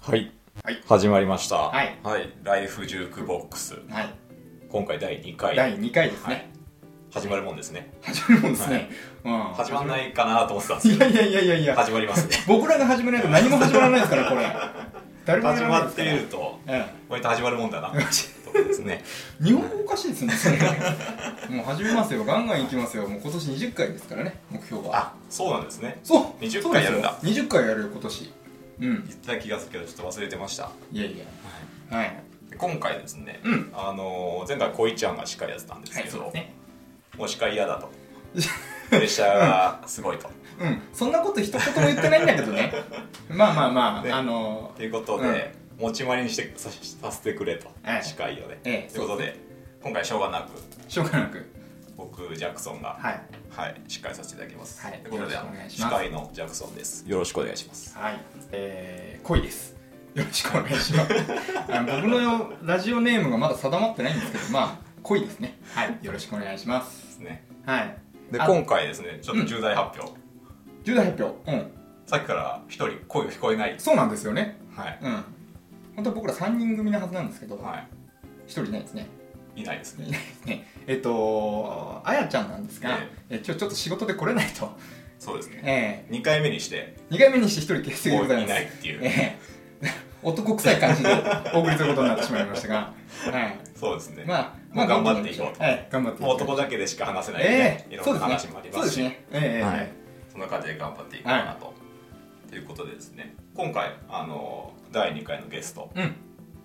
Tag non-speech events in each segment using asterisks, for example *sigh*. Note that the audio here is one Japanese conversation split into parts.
はい。はい始まりました。はいライフジュークボックス。はい今回第2回。第2回ですね、始まるもんですね。始まるもんですね、うん、始まんないかなと思ってたんですいけどや。いやいやいやいや始まります *laughs* ね。僕らが始めないと何も始まらないですからこれ誰もや始らないまっですかてらみると、え割と始まるもんだな。とですね。え、日本語おかしいですねそれもう始めますよガンガンいきますよもう今年20回ですからね目標はあ、そうなんですね。そう20そう回ですよやるんだ20回やるよ今年うん言ってた気がするけど、ちょっと忘れてました。いやいやはいで今回ですね、うんあのー前回こいちゃんが司会やってたんですはけいそうど、ですねもう司会嫌 *laughs* だと。プレッシャーがすごいと。うんそんなこと一言も言ってないんだけどねまあまあまあ、ねあのということで、持ち回りにしてささせてくれと、ええ司会をね、ええということで今回しょうがなくしょうがなく僕ジャクソンがはいはい、司会させていただきます、はいということでよろしくお願いし司ます会のジャクソンですよろしくお願いしますはい、えー、恋です。よろしくお願い *laughs* します。あの僕のラジオネームがまだ定まってないんですけど、まあ、恋ですね。はい、よろしくお願いしま。ですすねはい。であ今回ですねちょっと重大発表、重大発表。うん。さっきから一人声が聞こえないそうなんですよね。はい、うん。本当は僕ら3人組なはずなんですけど、は一人いないですね。い、いないですねいないですね。えっと、あやちゃんなんですが、ええ今日ちょっと仕事で来れないと。そうですねえ2回目にしてえ2回目にして一人欠席でもごうざいいますな。いっていう、ええ男臭い感じでお送りすることになってしまいましたが、はい。そうですね、まあ、まあ頑張っていこうとええ、頑張っていもうこ男だけでしか話せない、えねえいろそうんでな話すねもあり。そまうですすしね。ええはえいそんな感じで頑張っていこうかなと。ということでですね、今回、あの、第2回のゲスト、えうん。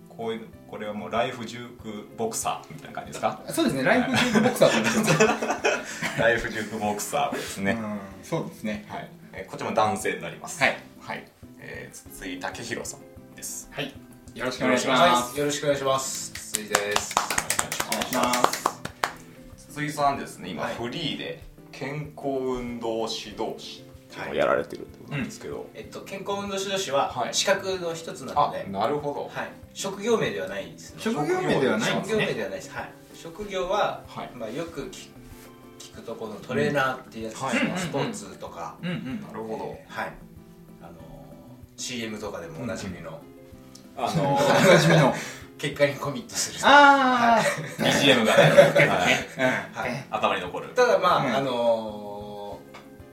こういう、これはもうライフジュークボクサーみたいな感じですかそうですね。ライフジークボクサーって言うんですよ。 *laughs* *laughs* ライフジュークボクサーですね。うんそうですね。はい。えーこっちも男性になります。はい。はい。えー、筒井武弘さんです。はい。よろしくお願いしまはす。い、よろしくお願いします。筒井です。お願いします。筒井さんですね、今、はいフリーで健康運動指導士っていうのをやられてるってことなんですけど、えっと健康運動指導士ははい資格の一つなので、はいあ、、なるほど。職業名ではないんですね。職業名ではないんで職す業名ね。ではないです。はい。職業は、はいまあよく聞聞くとこのトレーナーっていうやつですねうんはいスポーツとか、うんうんな。るほどえ。ーはい。あのー CM とかでもおなじみのあ *laughs* のー、おなじみ *laughs* の。結果にコミットする。あ BGM が、はいあ。うんはい頭に残るただまあ、うんあの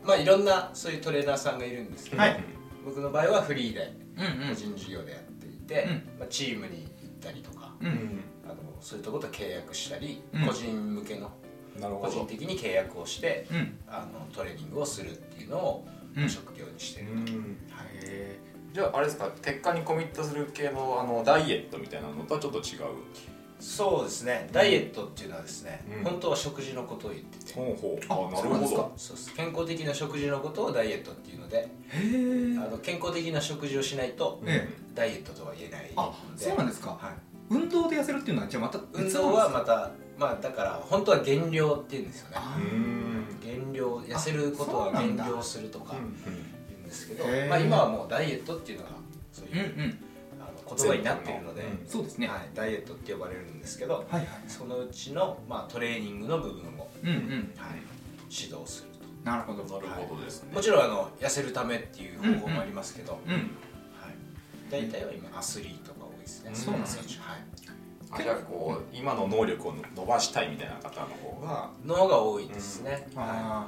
ーまあいろんなそういうトレーナーさんがいるんですけど、はい僕の場合はフリーで。うんう個ん。人事業でやっていて、うんまあ、チームに行ったりとかう。うんあのそういったことを契約したり、うん個人向けのなる個人的に契約をしてうん。あのトレーニングをするっていうのをうん職業にしてる、へーじゃああれですか結果にコミットする系のあのダイエットみたいなのとはちょっと違うそうですねダイエットっていうのはですね、うん本当は食事のことを言ってて、ほうほうあそうなんですかそうです健康的な食事のことをダイエットっていうので、へえあ。の健康的な食事をしないと、ええダイエットとは言えないあ、のでそうなんですか。はい、運動で痩せるっていうのは、じゃあまた運別なんですか。動はまたまあだから本当は減量っていうんですよねあうーん減量痩せることはあそうなん減だ量するとかうん言うんですけど、へーまあ、今はもうダイエットっていうのがそううんいうう、ん。あの言葉になっているので、うんそうですね。ははいい、ダイエットって呼ばれるんですけどはい。そのうちの、まあ、トレーニングの部分を、うんうん。はい、指導するとなるほど。なるほどですねもちろんあの痩せるためっていう方法もありますけど、うん。はい、大体は今アスリートが多いですね、うんスポーツ選手はい、あじゃあこう今の能力を伸ばしたいみたいな方の方がの方が多いですね、は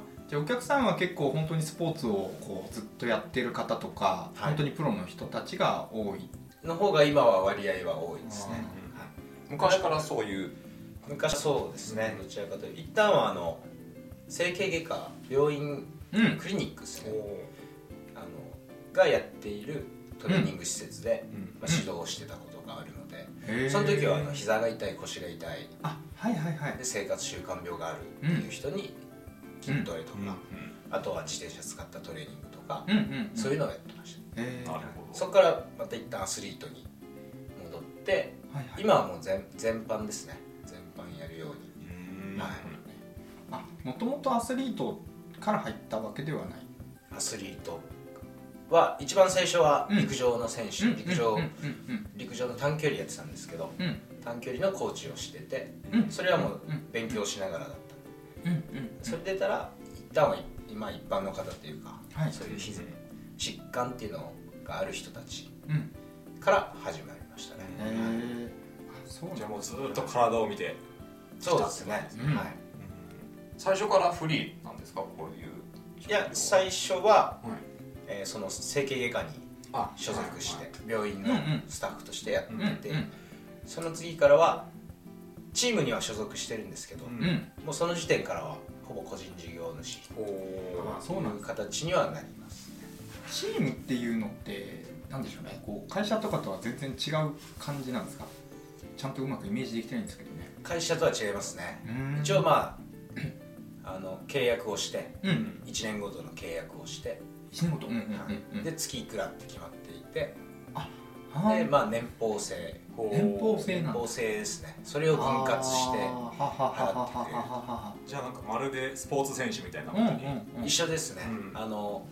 あーじゃあお客さんは結構本当にスポーツをこうずっとやってる方とか、はい本当にプロの人たちが多いい、の方が今は割合は多いですね、あーはい昔からそういう昔はそうですね、どちらかというと一旦はあの整形外科病院うんクリニックですねあのがやっているトレーニング施設で、うんまあ、指導をしてたことがあるので、へーその時はあの膝が痛い腰が痛いあはいはいはいで生活習慣病があるっていう人に筋トレとか、あとは自転車使ったトレーニングとか、うんうんそういうののをやってましたへーなるはほどそこからまた一旦アスリートに戻っていはい今はもう全全般ですね全般やるようにうーんはいあもともとアスリートから入ったわけではないアスリートは一番最初は陸上の選手、陸上、うんうん陸上の短距離やってたんですけどうんうん短距離のコーチをしててうんそれはもううん勉強しながらだっうんたそれ出たら一旦は今一般の方というか、はいそういうひ疾患っていうのがある人たちうんうんから始まりましたね、へえそうじゃなあもんだうずっと体を見て、そうですね、うんはい最初からフリーなんですかこういういや最初は、はいえーその整形外科にあ所属しては病院のうんうんスタッフとしてやってううんんて、その次からはチームには所属してるんですけど、うんうんうんもうその時点からはほぼ個人事業主いおあそうなんです形にはなりますチームっていうのってなんでしょうねこう会社とかとは全然違う感じなんですかちゃんとうまくイメージできてないんですけどね会社とは違いますね、一応まああの契約をしてあうん1年ごとの契約をして、一年ごとうんうんうんうんで月いくらって決まっていて、はでいまあ年俸制お連邦制年なんだ俸制ですねそれを分割してあーはははははははじゃあなんかまるでスポーツ選手みたいなうんうんにうん一緒ですね、うんあの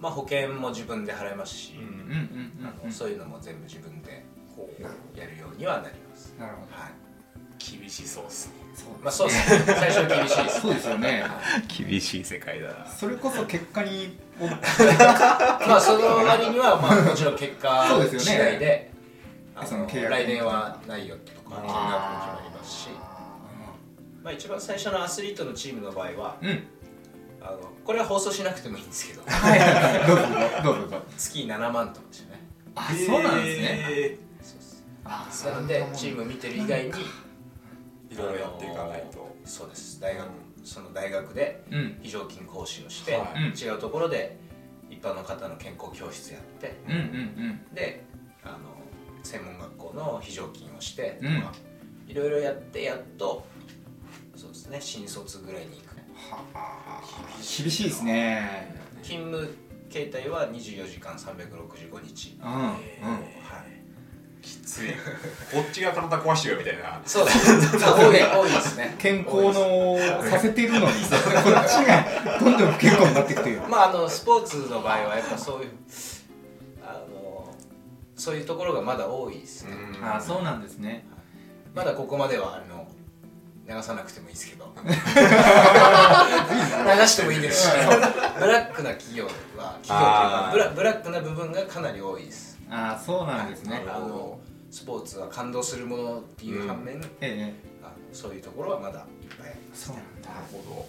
まあ保険も自分で払いますし、うんうんうんあうのんそういうのも全部自分でこうやるようにはなります、なるほどはい厳しそうですねそうまあそうですね *laughs* 最初は厳しいですそうですよねは厳しい世界だなそれこそ結果においまあその割にはまあもちろん結果そうですよね次第であのその契約来年はないよとか金額も決まりますしまあ、一番最初のアスリートのチームの場合はうんあのこれは放送しなくてもいいんですけど *laughs* はいどうぞどうぞどうぞ月7万とかでしたねあそうなんですねねそうですあなのでチーム見てる以外にいろいろやっていかないとそうです大学その大学でうん非常勤講師をして、はい違うところで一般の方の健康教室やってうんうんであの専門学校の非常勤をしてとうんか、いろいろやってやっとそうですね新卒ぐらいに行くうんはあ厳しいですね勤務形態は24時間365日、うんうんはいきついこっちが体壊してるよみたいなそう *laughs* ですね多い多いですね健康のさせてるのにこ *laughs* っちがどんどん不健康になっていくというまああのスポーツの場合はやっぱそういうあのそういうところがまだ多いですね、あそうなんですねまだここまではあの流さなくてもいいです *laughs* けど流してもいいですしブラックな企業は企業というかあーブラブラックな部分がかなり多いですあそうなんですねあのスポーツは感動するものっていう反面、ええあのそういうところはまだいっぱいありますそうねなんだなるほ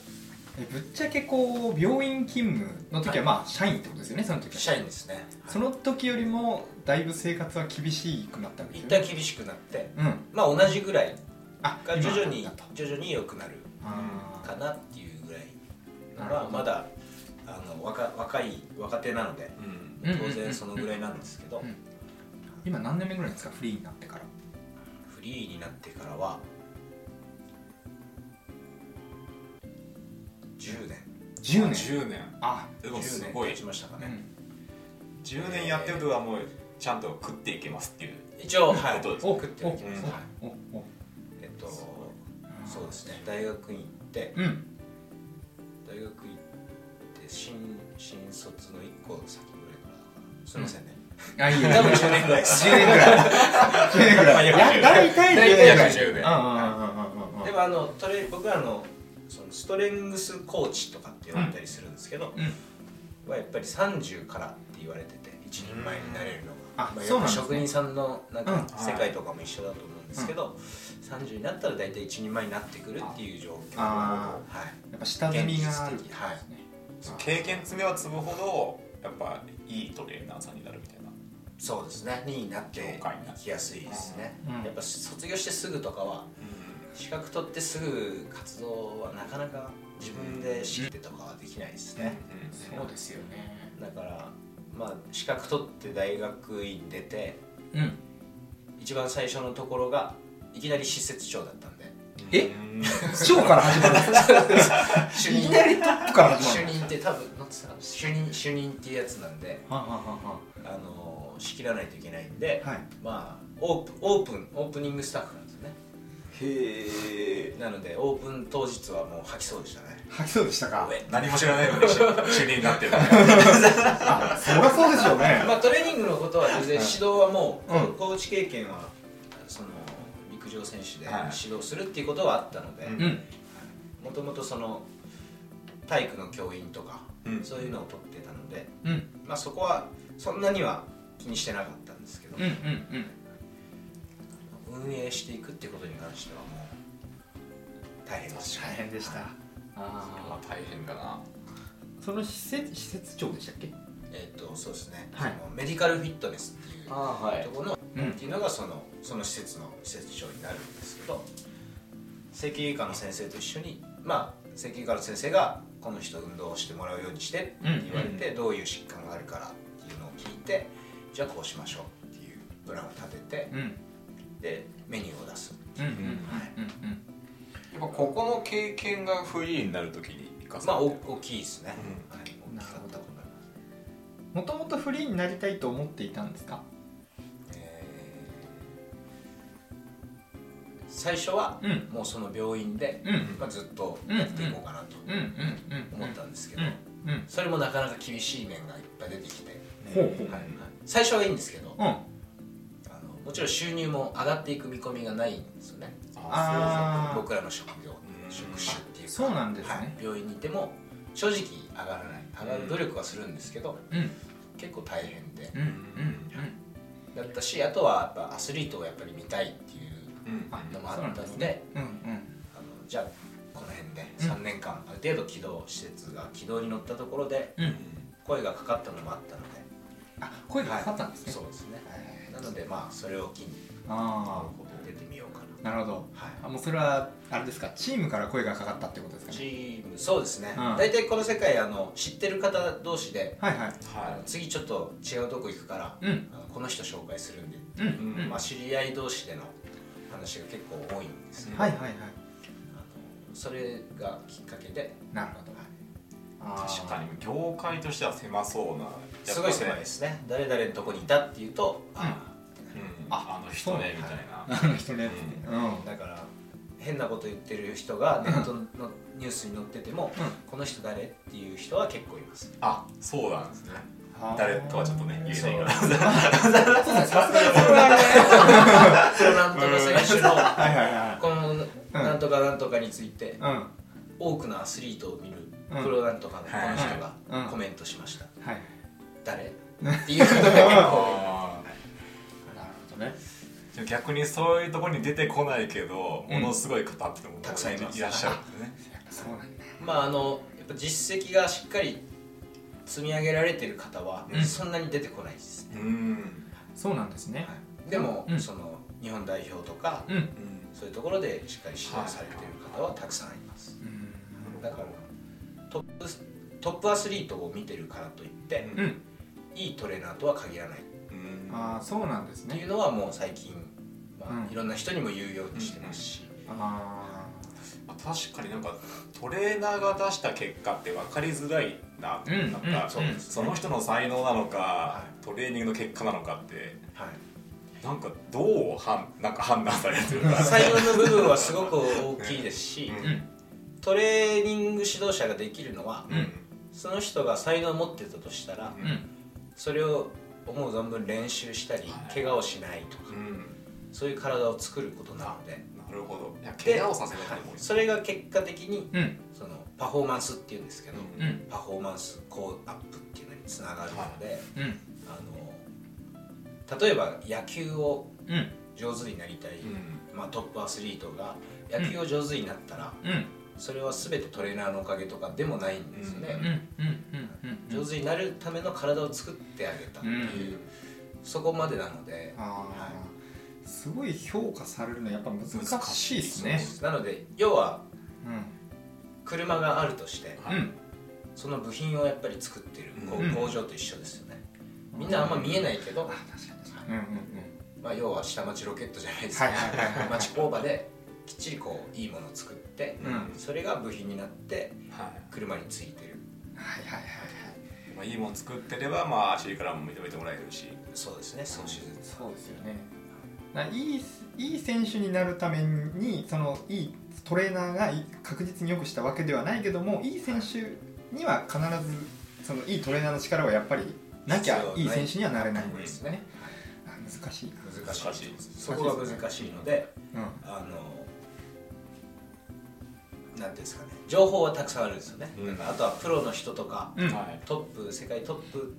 えぶっちゃけこう病院勤務の時はまあ社員ってことですよねその時は社員ですねその時よりもだいぶ生活は厳しくなったわけで一すよ旦ね厳しくなってうんまあ同じぐらいあが徐々に今だと徐々に良くなるあかなっていうぐらいなるまあほどまだあの若若い若手なのでどうんうんうんうん当然そのぐらいなんですけど、うん今何年目ぐらいですかフリーになってからフリーになってからは10年10年10年あでもす10ご年い経ちましたかうね、ん10年やってるとはもうちゃんと食っていけますっていう一応はいどうですおおお食ってる気がするはいおおえっとそうですね大学院行ってうん大学院行って新新卒の1個先ぐらいからだからすいませんね、あいいよ多分10年ぐらいです10年ぐらい10年ぐらいいや大体10年ぐら大い体10年うんうんうんうんうんうんでもあのトレ僕らのそのストレングスコーチとかって呼んだりするんですけど、はやっぱり30からって言われてて一人前になれるのが、あまあ、そうなよんくですね職人さんのなうんんかはい世界とかも一緒だと思うんですけど、30になったら大体一人前になってくるっていう状況あはいやっぱ下積みがある現実的はい経験積めば積むほどやっぱいいトレーナーさんになるみたいなそうですねになって業界にいきやすいですね、うんやっぱ卒業してすぐとかは資格取ってすぐ活動はなかなか自分で仕切ってとかはできないですね、そうですよねだからまあ資格取って大学院出てうん一番最初のところがいきなり施設長だったんでえ超から始まる主いき任なりトップから始主まる任って多分なんつったかな主任主任っていうやつなんではんはんはんはんあの仕切らないといけないんで、はいまあオープンオープンオープニングスタッフなんですよねへえなのでオープン当日はもう吐きそうでしたね吐きそうでしたか上何も知らないのに主主任になってるそりゃそうでしょうねまあトレーニングのことは全然指導はもう、うんコーチ経験はその陸上選手ではい指導するっていうことはあったので、うんうんもともとその体育の教員とか、うんそういうのを取ってたので、うんまあ、そこはそんなには気にしてなかったんですけど、うんうん運営していくってことに関してはもう大変でした大変でしたああー大変だなーその施設施設長でしたっけえっ、とそうですね、はいそのメディカルフィットネスっていうあはところの、うんっていうのがそのその施設の施設長になるんですけど整形外科の先生と一緒にまあ整形外科の先生がこの人運動をしてもらうようにしてって言われて、どういう疾患があるからっていうのを聞いてじゃあこうしましょうっていうプランを立ててうんうんでメニューを出すうんうんはいうんやっぱここの経験がフリーになるときに生かさまあれおてる大きいですね、はい大きかったと思いますもともとフリーになりたいと思っていたんですかえー最初はうんもうその病院で、うんまあ、ずっとやっていこうかなとうんうんうん思ったんですけうど、んうんそれもなかなか厳しい面がいっぱい出てきて、ほうほうはいはい最初はいいんですけどうんあのもちろん収入も上がっていく見込みがないんですよねあー僕らの職業うん職種っていうかそうなんですねはい病院にいても正直上がらない上がる努力はするんですけどうん結構大変でうんうんだったしあとはやっぱアスリートをやっぱり見たいっていううんあのもあったのでうんうんあのじゃあこの辺でうん3年間ある程度軌道施設が軌道に乗ったところでうん声がかかったのもあったのであ声がかかったんですねそうですねなのでまあそれを機にあ出てみようかなあなるほどはいあもうそれはあれですかチームから声がかかったってことですかねチームそうですね、うん大体この世界あの知ってる方同士ではいはいは次ちょっと違うとこ行くから、うんあのこの人紹介するんで、うんんうんまあ、知り合い同士での話が結構多いんですね、はいはいはいあのそれがきっかけでなるほどはいあー確かに業界としては狭そうなやっぱねすごい狭いですね誰々のとこにいたっていうと、あうんああの人ねそみうたいなあの人のやつねうんだから変なこと言ってる人がネットのニュースに載ってても、この人誰っていう人は結構います *laughs* あそうなんですねあー誰とはちょっとね言えないからそうですねさすがにそれはねプロなんとか選手のはいはいはこのなんとかなんとかについていうん多くのアスリートを見るうんプロなんとかのこの人はいはいうんがコメントしましたはい誰っていう *laughs* 人が結構あーなるほどね *laughs* でも逆にそういうところに出てこないけど、うんものすごい方ってもたくさんいますらっしゃるんでねやっぱそうなんだまああのやっぱ実績がしっかり積み上げられてる方はうんそんなに出てこないですうん、そうなんですねでもうんその日本代表とかうんうんそういうところでしっかり指導されてる方はたくさんいますうんだからトップトップアスリートを見てるからといってうんうんいいトレーナーとは限らないうんああそうなんですっていうねのはもう最近、まあうんいろんな人にも言うようにしてますし、あまあ確かになんかトレーナーが出した結果って分かりづらいな,、うんなんうんか、そうですねその人の才能なのか、はいトレーニングの結果なのかってはい、なんかどうはんなんか判断されてるか採用の部分はすごく大きいですし、あううんんトレーニング指導者ができるのは、うんその人が才能を持ってたとしたら、うんうんそれを思う存分練習したり、はい怪我をしないとか、うんそういう体を作ることなので。なるほどいやで怪我をさせないはいと思うそれが結果的にうんそのパフォーマンスっていうんですけど、うんうんパフォーマンスこうアップっていうのにつながるので、うんあの例えば野球をうん上手になりたい、うんまあ、トップアスリートが野球を上手になったら、うんそれは全てトレーナーのおかげとかでもないんですよね、うんうんうんうん上手になるための体を作ってあげたっていう、そこまでなので、あはあすごい評価されるのやっぱ難しいですねなので要はうん車があるとしてはいうんその部品をやっぱり作ってるこううん工場と一緒ですよね、みんなあんま見えないけど、うんうんまあ、要は下町ロケットじゃないですはか、いはいはいはい町工場できっちりこういいものを作って、うんはいそれが部品になってはい車についてるはいはいはいまあ、いいもん作ってれば、まあ、アシリからも認めてもらえるし、そうですねそうしずつそうですよねないいいい選手になるためにそのいいトレーナーがい確実によくしたわけではないけどもいい選手には必ずそのいいトレーナーの力はやっぱりなきゃいい選手にはなれないんですよねあ難しいな難しい難しいそこが難しいのでうんあのなんていうんですかね情報はたくさんあるんですよね、うんあとはプロの人とかうんはいトップ世界トップ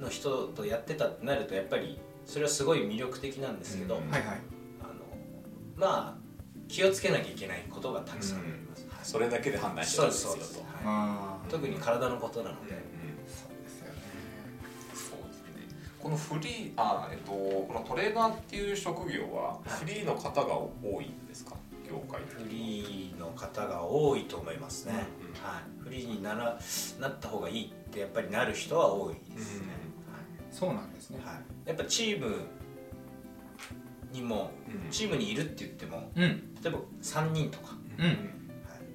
の人とやってたってなるとやっぱりそれはすごい魅力的なんですけど、うんはいはいあのまあ気をつけなきゃいけないことがたくさんあります、はいそれだけで判断してそたうんでですすそようです、とは。あいー特に体のことなので、そうですよねそうですね。このフリーあえっとこのトレーナーっていう職業はフリーの方が多いんですか業界的フに。リーの方が多いと思いますね、うんはい、フリーにならなった方がいいってやっぱりなる人は多いですね、そうなんですねはいはい、やっぱチームにもうんチームにいるって言ってもうん例えば3人とか、うんはい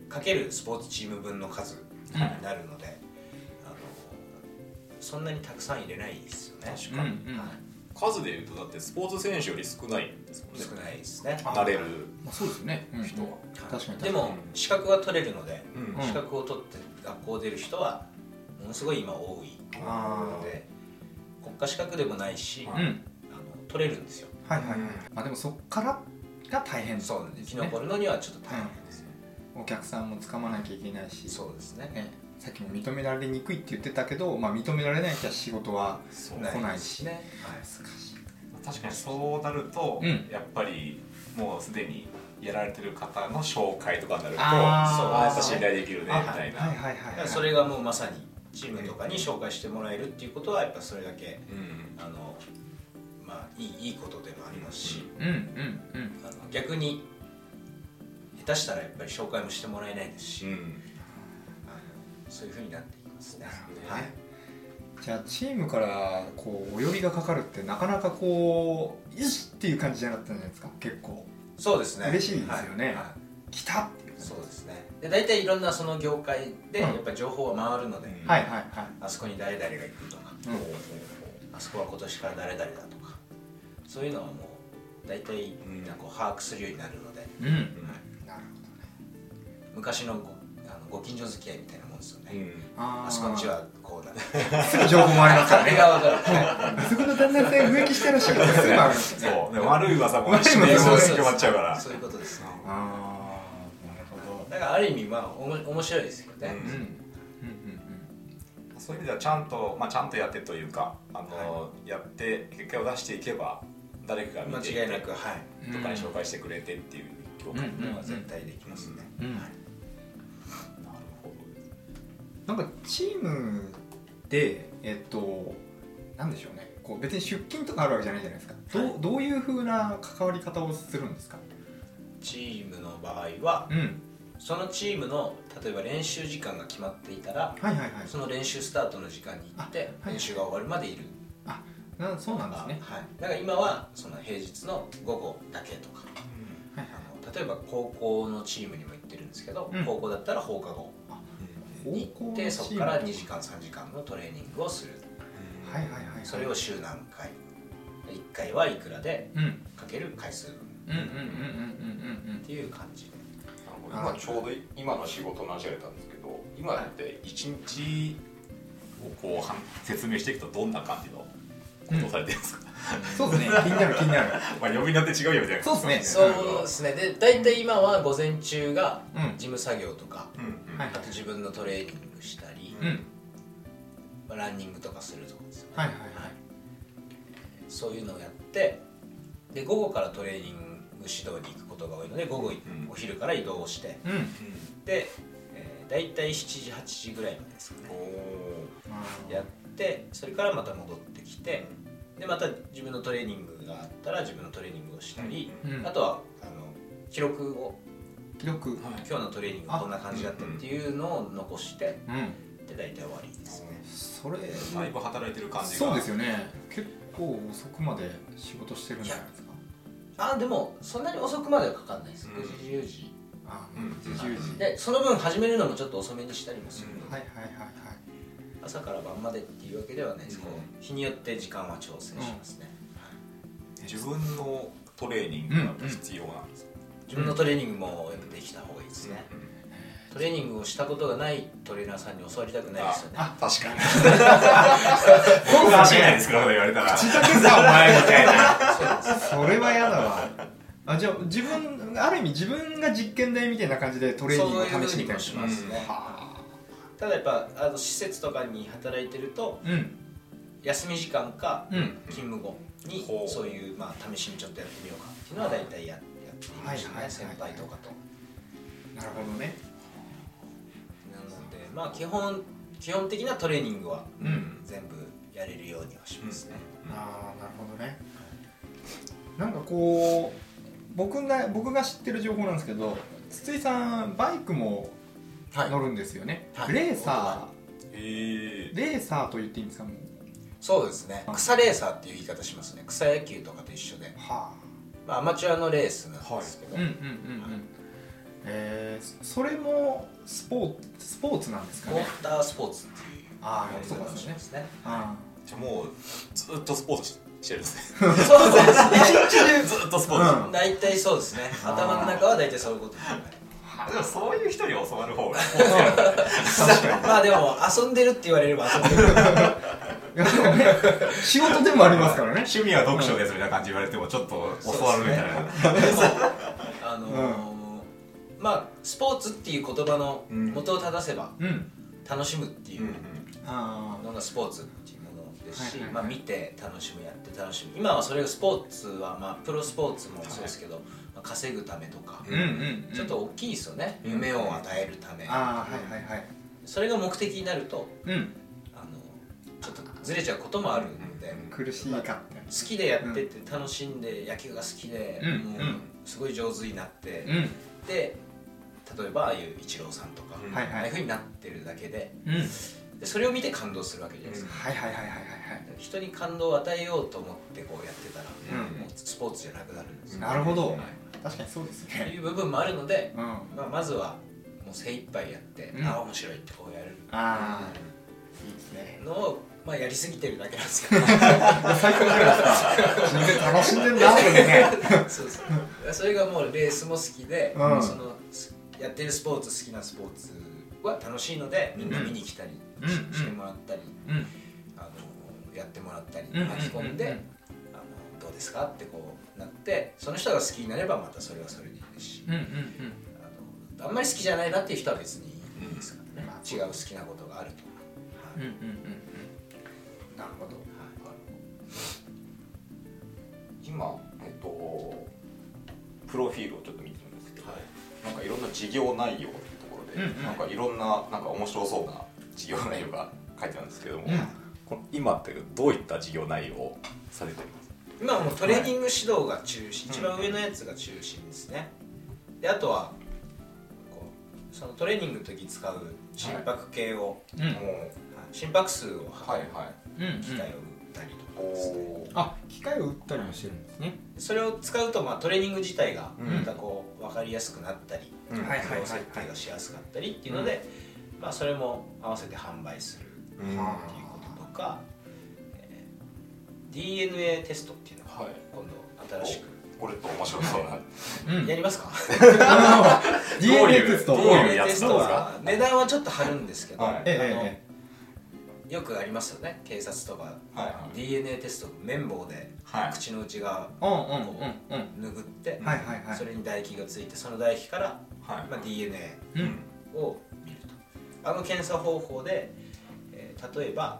かけるスポーツチーム分の数になるので、あのそんなにたくさん入れないですよね確かにはい数でいうとだってスポーツ選手より少ないんですもんね少。ないですねなれるまあそうですねうん人は。はい確かにでも資格は取れるので、うんうん資格を取って学校を出る人はものすごい今多いあので国家資格でもないし、はーうんあの取れるんですよはいはいはいまあでもそっからが大変そう生ですきね残るのにはちょっと大変ですよ、お客さんもつかまなきゃいけないしそうですねねさっきも認められにくいって言ってたけどまあ認められない人は仕事はそうね来ないですしね、はい難しい確かにそうなると、うんやっぱりもうすでにやられてる方の紹介とかになるとそうああーやっぱ信頼できるねみあたいな、はいはいはいだかはらいそれがもうまさにチームとかに紹介してもらえるっていうことはやっぱそれだけうんあのまあいいいいことでもありますし、うんうんうんあの逆に下手したらやっぱり紹介もしてもらえないですし、うんあのそういうふうになっていきますね。はいじゃあチームからこうお呼びがかかるってなかなかこうよしっていう感じじゃなかったんじゃないですか結構そうですね。嬉しいですよねはいは来たっていういそうですね。で大体いろんなその業界うんでやっぱり情報は回るので、うんはいはいはあそこに誰々が行くとか、い、うん、あそこは今年から誰々だとか、そういうのはもう大体んなんかこう把握するようになるので、うん、なうるんほどね。昔のごあのご近所付き合いみたいなもんですよね。ああそこん *laughs* ちはこうだね。すぐ情報もあります *laughs* からあれがね。わかる。はい *laughs* あそこの旦那さん植木してらっしゃるからすぐあるんですよね。そうで悪い噂も悪い噂も名そうもそう決まっちゃうからそういうことですね。ああ、なるほど。だからある意味まあおも面白いですよねう。ん、うん、うん、そういう意味ではちゃんと、まあ、ちゃんとやってというかあの、やって結果を出していけば誰かが見間て違いなくはい。うん。とかに紹介してくれてっていう業界、うんうんのは絶対できますね。うんはいなるほどですなんかチームで、えっと、なんでしょうね。こう別に出勤とかあるわけじゃないじゃないですか。どう、はどういう風な関わり方をするんですか。チームの場合はうん、そのチームの例えば練習時間が決まっていたらはいはいはい。その練習スタートの時間に行ってあはい練習が終わるまでいるな、そうなんですはね。い、だから今はその平日の午後だけとかはいあの例えば高校のチームにも行ってるんですけど、うん高校だったら放課後に行ってそこから2時間3時間のトレーニングをするはいはいはいはい。それを週何回1回はいくらでうん、うん、かける回数分うん、うん、うん、うん、うんっ。ていう感じでなるほど今ちょうど今の仕事の話が出たんですけど今って一日をこうはん説明していくとどんな感じのことをされてるんですか、そう *laughs* ですね。気になる気になる。 *laughs* まあ呼びによって違うよみたいなそうっすねそうですねで大体今は午前中がうん。事務作業とかうんうんはいあと自分のトレーニングしたり、うん。まあランニングとかするとかですよねはいはいはいそういうのをやってで午後からトレーニング指導に行くことが多いので午後い、んお昼から移動をしてうん。で、えー、大体7時8時ぐらいまでですかねおーやってそれからまた戻ってきてでまた自分のトレーニングがあったら自分のトレーニングをしたり、うんあとはあの記録を記録。うん。今日のトレーニングはどんな感じだったっていうのを残してで大体終わりですねそれ。だいぶ働いてる感じがそうですよね。結構遅くまで仕事してるんじゃないですか。あでもそんなに遅くまではかかんないですうん9時10時あ、うん自由時。でその分始めるのもちょっと遅めにしたりもするのではいはいはいはい。朝から晩までっていうわけではないですけどう日によって時間は調整しますね自分のトレーニングが必要なんですか、自分のトレーニングもやっぱできた方がいいですねトレーニングをしたことがないトレーナーさんに教わりたくないですよねあ確かにそう僕は走れないですから言われたら口だけさお前みたいな。そうなんですそれは嫌だわ。あじゃあ自分ある意味自分が実験台みたいな感じでトレーニングを試してみたりそしういうふうにもしますはねあ。ただやっぱあの施設とかに働いてるとうん。あ休み時間かうん勤務後にほうそういう、まあ、試しにちょっとやってみようかっていうのは大体ややっていましたね、はいはいはいはい先輩とかと。なるほどねなのでまあ基本基本的なトレーニングはうん全部やれるようにはしますね、ああなるほどねなんかこう僕が僕が知ってる情報なんですけど筒井さんバイクもは乗るんですよね、はいレーサ *laughs* えーレーサーと言っていいんですかもうそうですね草レーサーっていう言い方しますね草野球とかと一緒で、はまあ、アマチュアのレースなんですけあど、うんうんうんうんえー、それもスポーツスポーツなんですかウォねータースポーツっていうあーやり方をしますねあじゃあもうずっとスポーツししてるんですねそうです *laughs* ねずっとスポーツ、うん大体そうですねあー頭の中は大体そういうことですねあでもそういう人に教わる方がまあでも遊んでるって言われれば遊ん *laughs* でるーいやでもね仕事でもありますからね趣味は読書ですみたいな感じ言われてもちょっと教わるみたいな、でもあのーまあスポーツっていう言葉の元を正せばうん楽しむっていううんうんあのがスポーツっていうものですし、はいはいはいまあ、見て楽しむやって楽しむ今はそれがスポーツは、まあ、プロスポーツもそうですけど、まあ稼ぐためとかー、うんうん、うん、ちょっと大きいですよね、うん夢を与えるため、ああはいはいはいそれが目的になるとうんあのちょっとずれちゃうこともあるので、うん苦しいかって好きでやってて楽しんで野球が好きで、うんもううんすごい上手になって、うんで例えばああいうイチローさんとか、うんはいあはあいういふうになってるだけでうんはいでそれを見て感動するわけじゃないですか、はいはいはいはい人に感動を与えようと思ってこうやってたら、うんもうスポーツじゃなくなるんですはいなよ、るほど、はい確かにそうですとねいう部分もあるので、うんまあ、まずはもう精一杯やって、うんああ面白いってこうやるああいいですねのを、まあ、やりすぎてるだけなんですけ *laughs* ど最高じゃないですか全然楽しんでんなこれね *laughs* そうそうそれがもうレースも好きで、うんそのすやってるスポーツ好きなスポーツは楽しいのでみんな見に来たりうんし,、うんしてもらったり、うんあのやってもらったりうん巻き込んで、うんあのどうですかってこうなってその人が好きになればまたそれはそれでいいですし、うんうんあのあんまり好きじゃないなっていう人は別にいいですからね、まあ違う好きなことがあるとうんうんうんはいうんなるほど今えっとプロフィールをちょっと見てるんですけど、なんかいろんな事業内容っていうところで、うんうんなんかいろんななんか面白そうな事業内容が書いてあるんですけども、うんこの今ってどういった事業内容をされていますか今はもうトレーニング指導が中心、一番上のやつが中心ですねであとはこうそのトレーニングの時使う心拍計を、うんもうはい心拍数をは測いるはいうんうん機械を打ったりとおかですね、おあ機械を打ったりもしてるんですねそれを使うと、まあ、トレーニング自体がうんまたこう分かりやすくなったり、うんはい機能設定がしやすかったりっていうので、まあ、それも合わせて販売するってうんいうはこととか、えー DNA テストっていうのがい今度新しくこれと面白そうなうんやりますか、どうい DNA うテストどういう DNA やテつスなんトですはか値段はちょっと張るんですけど、はいええあのえよくありますよね警察とかはいはい DNA テスト綿棒ではい口の内側えうんうんうんうん拭って、はいはいはそいれに唾液がついてその唾液から、はいまあ、DNA うんを見るとあの検査方法で、えー例えば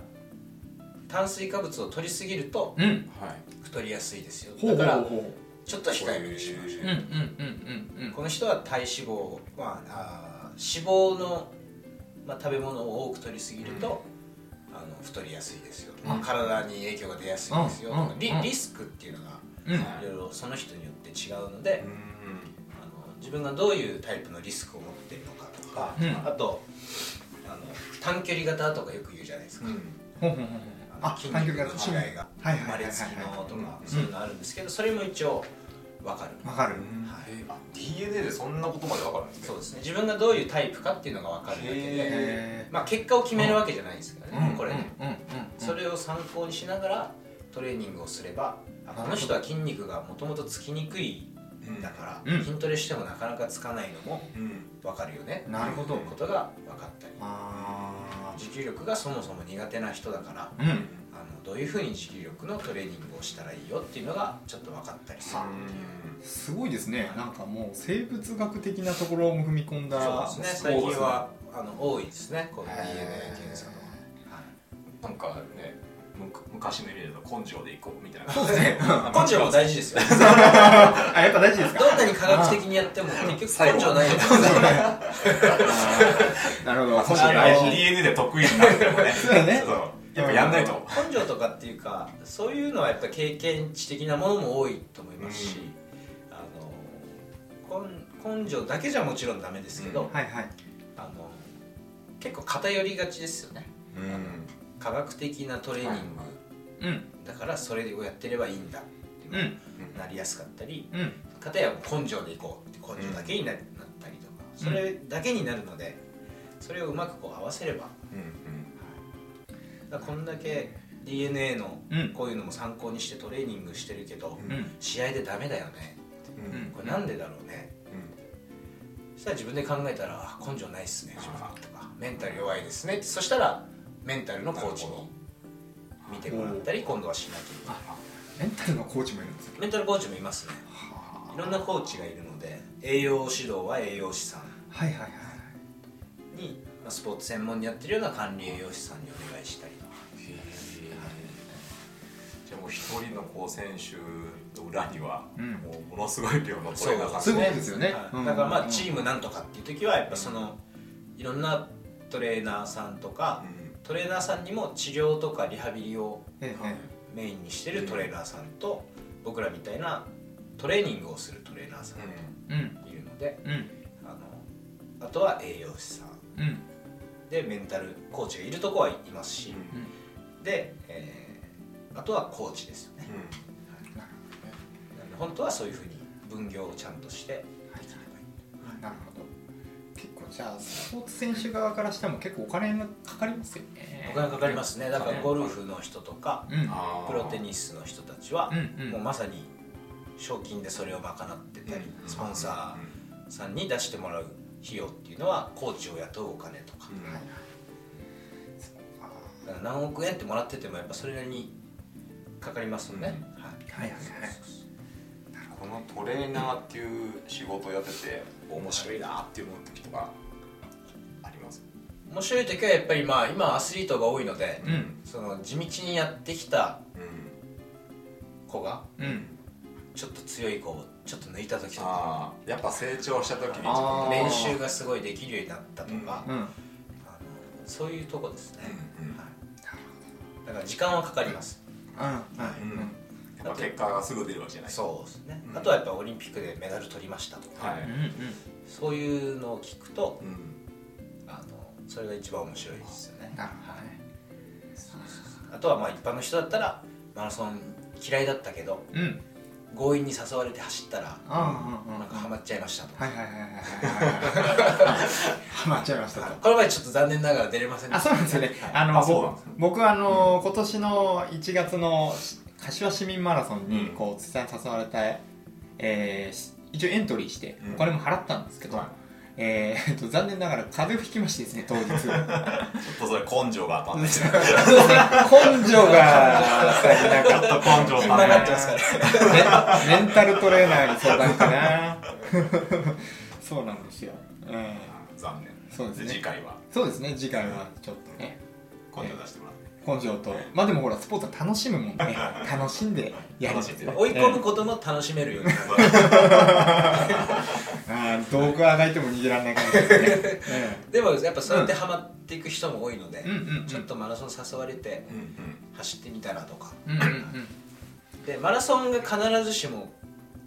炭水化物を取りすぎるとうんはい太りやすいですよほうだほかうらほちょっと控えめにしましょうううんうんうんうんうんこの人は体脂肪を、まあ、あー脂肪の、まあ、食べ物を多く取りすぎると、あの太りやすいですよとか、うん体に影響が出やすいですよとか、うんリうんリスクっていうのがうんいろいろその人によって違うので、うんあの自分がどういうタイプのリスクを持っているのかとか、うんあとあの短距離型とかよく言うじゃないですか、ほうほうほうほうあのあ筋短距肉離の型違いがはい生まはいはいはいれはいつきのとかうんそういうのあるんですけどそれも一応分かる、わかるはいえあ DNA でそんなことまでわかるんですねそうですね自分がどういうタイプかっていうのが分かるだけで、へまあ、結果を決めるわけじゃないですからね、これね、うんうんうんそれを参考にしながらトレーニングをすればあこの人は筋肉がもともとつきにくいんだから、うん筋トレしてもなかなかつかないのもうん分かるよねなるほどっていうことが分かったりあ持久力がそもそも苦手な人だからーうんあのどういうふうに持久力のトレーニングをしたらいいよっていうのがちょっと分かったりするすごいですねなんかもう生物学的なところも踏み込んだそうですねスポー最ツ近はあの多いですねこういうへー DNA 検査の、はいなんかねむく昔の意味での根性でいこうみたいなそうですねうん根性も大事ですよあやっぱ大事ですかどんなに科学的にやっても結局根性ないよねなるほどまあ、本もし当に大事 DNA で得意になってもねそうだねそうやっぱやんないと、根性とかっていうかそういうのはやっぱ経験値的なものも多いと思いますし、あの根根性だけじゃもちろんダメですけど、うんはいはいあの結構偏りがちですよねうん科学的なトレーニング、うんだからそれをやってればいいんだっていううのんになりやすかったりうん片や根性でいこうって根性だけにななったりとかそれだけになるのでそれをうまくこう合わせればうんだからこんだけ DNA のうんこういうのも参考にしてトレーニングしてるけど、うんうん試合でダメだよねうんうんこれなんでだろうねそしたら自分で考えたらあ根性ないっすね自分はとかメンタル弱いですねそしたらメンタルのコーチに見てもらったり今度はしなきゃいけないメンタルのコーチもいるんですよメンタルコーチもいますねいろんなコーチがいるので栄養指導は栄養士さんはいはいはいにまあスポーツ専門にやってるような管理栄養士さんにお願いしたりとかへーじゃあもう一人のこう選手の裏には、うんもうものすごい量のトレーナーさんそういうことですよねはいうんだからまあチームなんとかっていう時はやっぱそのいろんなトレーナーさんとかトレーナーさんにも治療とかリハビリをえええメインにしてるトレーナーさんと僕らみたいなトレーニングをするトレーナーさんうえうんというのでうんあのあとは栄養士さんうんでメンタルコーチがいるとこはいますしんで、えーあとはコーチですよねなんで本当はそういうふうに分業をちゃんとしてできればいいなるほど結構じゃあスポーツ選手側からしても結構お金がかかりますよねお金かかりますねだからゴルフの人とかうんあープロテニスの人たちはうんうんもうまさに賞金でそれを賄ってたりうんスポンサーさんに出してもらう費用っていうのはコーチを雇うお金とかうんはいはいそうかだから何億円ってもらっててもやっぱそれなりにかかりますよねははいいはいはいこのトレーナーっていう仕事をやってて面白いなって思う時とかあります面白い時はやっぱりまあ今アスリートが多いのでうんその地道にやってきたうん子がうんちょっと強い子をちょっと抜いた時とかああやっぱ成長した時に自あ分ーで練習がすごいできるようになったとかうんあのそういうとこですねうんうんはいだから時間はかかりますうんうんやっぱ結果がすぐ出るわけじゃないそうですね、うんあとはやっぱオリンピックでメダル取りましたとか、はうんいそういうのを聞くとうんあのそれが一番面白いですよねなるほどねあとはまあ一般の人だったらマラソン嫌いだったけどうん強引に誘われて走ったらああなんかハマっちゃいましたとか、はいはいはいはいはいはいハマっちゃいましたとこの前ちょっと残念ながら出れませんであしたそうなんですよね。あのあそうなんですね僕はあの、今年の1月のし柏市民マラソンにうんこう土田に誘われた、えーし一応エントリーしてうんお金も払ったんですけど、はいえーえっと残念ながら風邪をひきましてですね当日ちょっとそれ根性があ *laughs* ったんですよ根性が足りなかったちょっと根性引っ *laughs* が張あらっれてたますからね、メンタルトレーナーに相談かな *laughs* そうなんですよ、うん、残念そうですねで次回はそうですね次回はちょっとね根性出してもらって根性とまあでもほらスポーツは楽しむもんね楽しんでやる楽しんでね追い込むことも楽しめるようになるあー道具あがいても逃げられない感じですね、でもやっぱそうやってハマっていく人も多いので、うんうんうんちょっとマラソン誘われてうんうん走ってみたらとかうん、うんうんでマラソンが必ずしも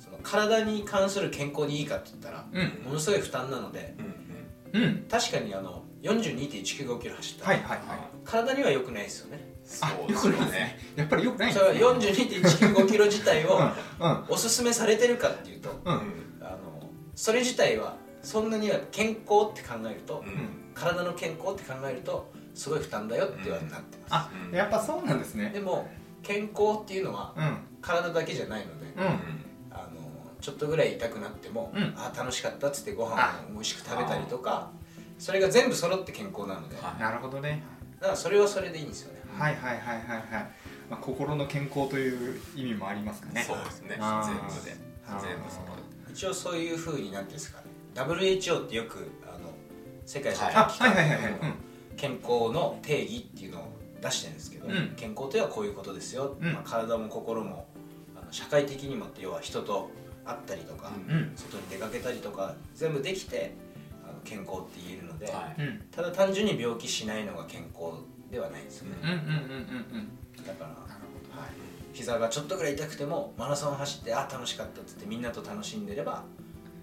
その体に関する健康にいいかって言ったら、うんものすごい負担なのでうんうんうん確かにあの42.195キロ走ったはら、いはいはい体には良くないですよねあそうでよすくよないでねすねやっぱりよくないんそでれすはね42.195キロ自体をうんうんおすすめされてるかっていうとううんんあのそれ自体はそんなには健康って考えると、うん体の健康って考えるとすごい負担だよってはなってあまやっぱそうなんですすねでも健康っていうのはうん体だけじゃないので、うんあのちょっとぐらい痛くなっても、うんあ楽しかったっつってご飯をあ美味しく食べたりとかそれが全部揃って健康なのでだかはなるほどねらそれはそれでいいんですよねはいはいはいはいはい、まあ、心の健康という意味もありますかいねそうですね全あー部であー全部そこで一応そういうふうになんていうんですかね WHO ってよくあの世界社会あ機はい関はいはいはいうん健康の定義っていうのを出してるんですけど、うん健康とはこういうことですよ、うんまあ、体も心もあの社会的にもって要は人と会ったりとか、うんうん外に出かけたりとか全部できてあの健康って言えるので、はいうんただ単純に病気しないのが健康ではないんですよね、うんうんうんうんだから、はい、膝がちょっとぐらい痛くてもマラソン走ってあ楽しかったって言ってみんなと楽しんでれば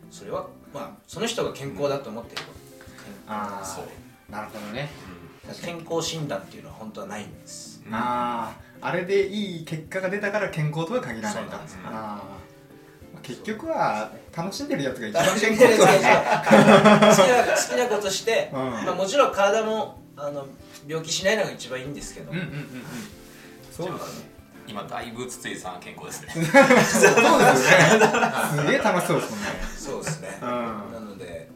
それはまあその人が健康だと思ってること、ああそうなるほどね確かに健康診断っていうのは本当はないんですうんあああれでいい結果が出たから健康とは限らないそうとなんですねあーまあ結局は楽しんでるやつが一番楽し健ん *laughs* でる康人だねたちは好きな好きなことして、うんまあ、もちろん体もあの病気しないのが一番いいんですけど、うんうんうんうんそうですね今だいぶ筒井さん健康ですね *laughs* そうですよね *laughs* すげえ楽しそうですもんねそうですね、うんなので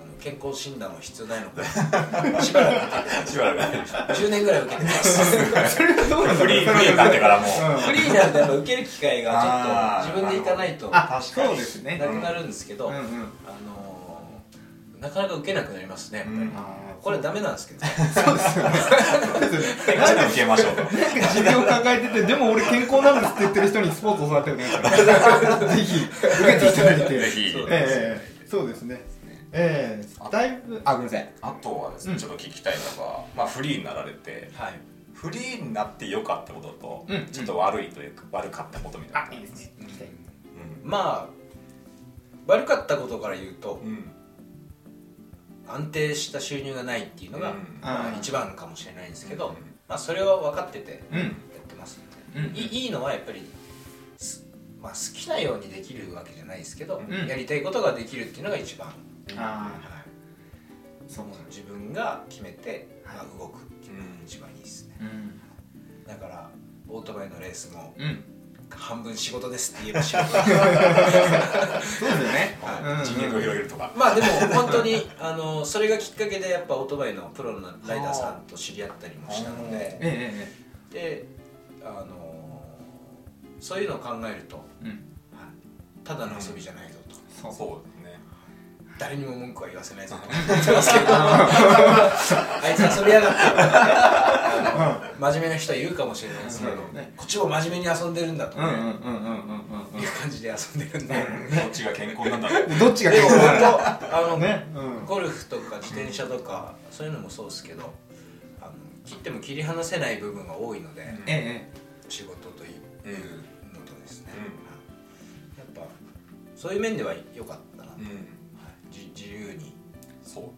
あの健康診断は必要ないのかしばらくしば *laughs* らくね10年ぐらい受けてないですそれはどうなんだフろうリーフリーになってからもううんフリーになるとやっぱ受ける機会があーちょっと自分で行かないとなあそうですねくなるんですけど、うんうんあのーなかなか受けなくなりますね、やっぱりうんあーこ *laughs* れダメなんですけどそうですよねそうですよこねっちでも消えましょうとなんか持病抱えてて、でも俺健康なんですって言ってる人にスポーツを育てるねから、ぜひ受けていただいて、ぜひそうですええそうですね、ええだいぶ、あ、ごめんなさい、あとはですうねんちょっと聞きたいのがまあフリーになられて *laughs* はいフリーになって良かったこととうんちょっと悪いというか悪かったことみたいなですね、うんまあ悪かったことから言うとうん安定した収入がないっていうのが、うんまああ、ー一番かもしれないんですけど、うんまあ、それは分かっててやうんってますんで、うんいいいのはやっぱりすまあ、好きなようにできるわけじゃないですけど、うんやりたいことができるっていうのが一番、あはいそうなん自分が決めて、はいまあ動くっていうのが一番いいですね、うん、だからオートバイのレースもうん、半分仕事ですって言えば仕事そうですよね、はい人脈を広げるとか *laughs* まあでも本当にあのそれがきっかけでやっぱオートバイのプロのライダーさんと知り合ったりもしたのええでであのそういうのを考えるとええええ、うん、ただの遊びじゃないぞとそう、そうですね誰にも文句は言わせないぞ *laughs* と思ってますけどあいつ遊びやがってあの真面目な人はいるかもしれないですけど、うんねこっちも真面目に遊んでるんだとうんね、うんいううんうんうんうんうん感じで遊んでるんで。こっちが健康なんだろううん、どっちがで健も康なの本当あの、ね、うん、ゴルフとか自転車とか、そういうのもそうですけどあの切っても切り離せない部分が多いので、んええ仕事といううんのとですね、はいやっぱそういう面では良かったな、うはいんじ自由に、そうはい、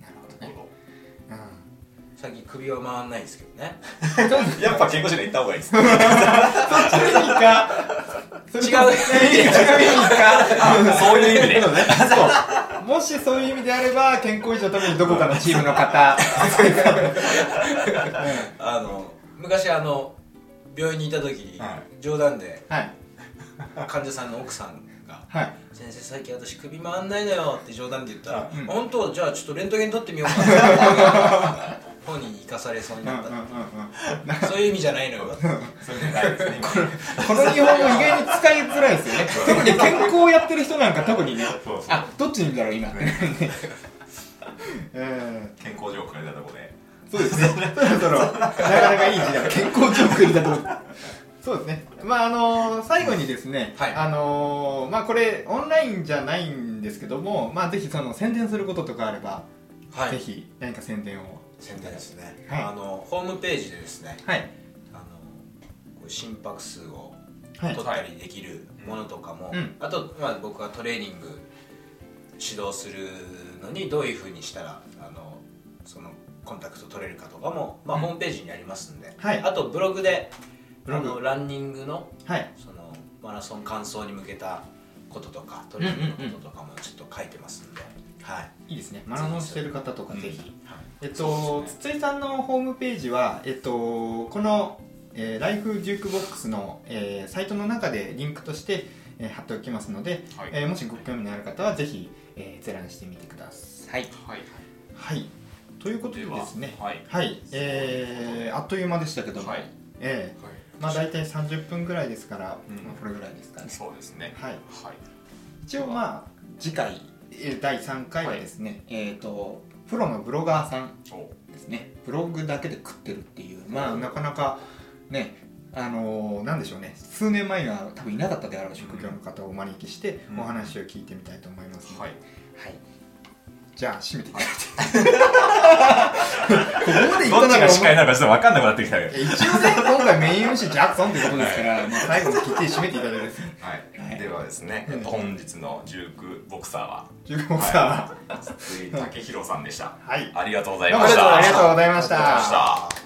ええ、なるなるほほど、最近首は回らないですけどね *laughs* どやっぱ健康診断行った方がいいですねうん、いいか、違う違う意味か。そういう意味でそうねそうもしそういう意味であれば健康維持のためにどこかのチーム *laughs* の方うんあの昔あの病院にいた時に、は冗談ではい患者さんの奥さんがはい「先生最近私首回んないのよ」って冗談で言ったら「うん本当じゃあちょっとレントゲン撮ってみようかな」 *laughs* 本人に生かされそうにうんうんなうっんた、うんそういう意味じゃないのよそういう意味ないですねこの日本語意外に使いづらいですよね *laughs* 特に健康をやってる人なんか特にねそうそうあどっちにいるんだろう今ってね *laughs* うん健康状況出たとこでそうですね *laughs* そろそろなかなかいい時代 *laughs* 健康状況だと思うそうですねまああのー最後にですね、はいあのーまあこれオンラインじゃないんですけどもまあぜひその宣伝することとかあればはぜいひ何か宣伝を宣伝ですね、はいあのホームページでですねはいあのこう心拍数をはい取ったりできるものとかも、はいうんあと、まあ、僕がトレーニング指導するのにどういうふうにしたらあのそのコンタクト取れるかとかも、まあうんホームページにありますんで、はいあとブログでブログあのランニングのはいそのマラソン完走に向けたこととかトレーニングのこととかもちょっと書いてますんで、はい、いいですねマラソンしてる方とかぜひ、はいえっと、筒井さんのホームページは、えっと、この、えーライフジュークボックスの、えーサイトの中でリンクとして、えー貼っておきますので、はいえーもしご興味のある方はぜひ、えー閲覧してみてください。はいはい、ということでですねでははいえーあっという間でしたけども、はいえはーまあ、大体30分ぐらいですから、うんまあ、これぐらいですかねい。そうですねはいはい一応まあ次回えー第3回はですね、えっ、とプロのブロガーさんおですねブログだけで食ってるっていうまあなかなかねあのーなんでしょうね数年前には多分いなかったであろう職業の方をお招きしてうんお話を聞いてみたいと思いますので、はいはいじゃあ締めていただいてここまでいっどたっちがなら司会なのかちょっと分かんなくなってきたけど一応ね今回メイン MC ジャクソンということですから、まあ、最後にきっちり締めていただいてですねははいい、ではですね、えっと、本日のジュークボクサーは15分さ筒井武弘さんでした。はいありがとうございどうまもした。ありがとうございましありがとうございまたした。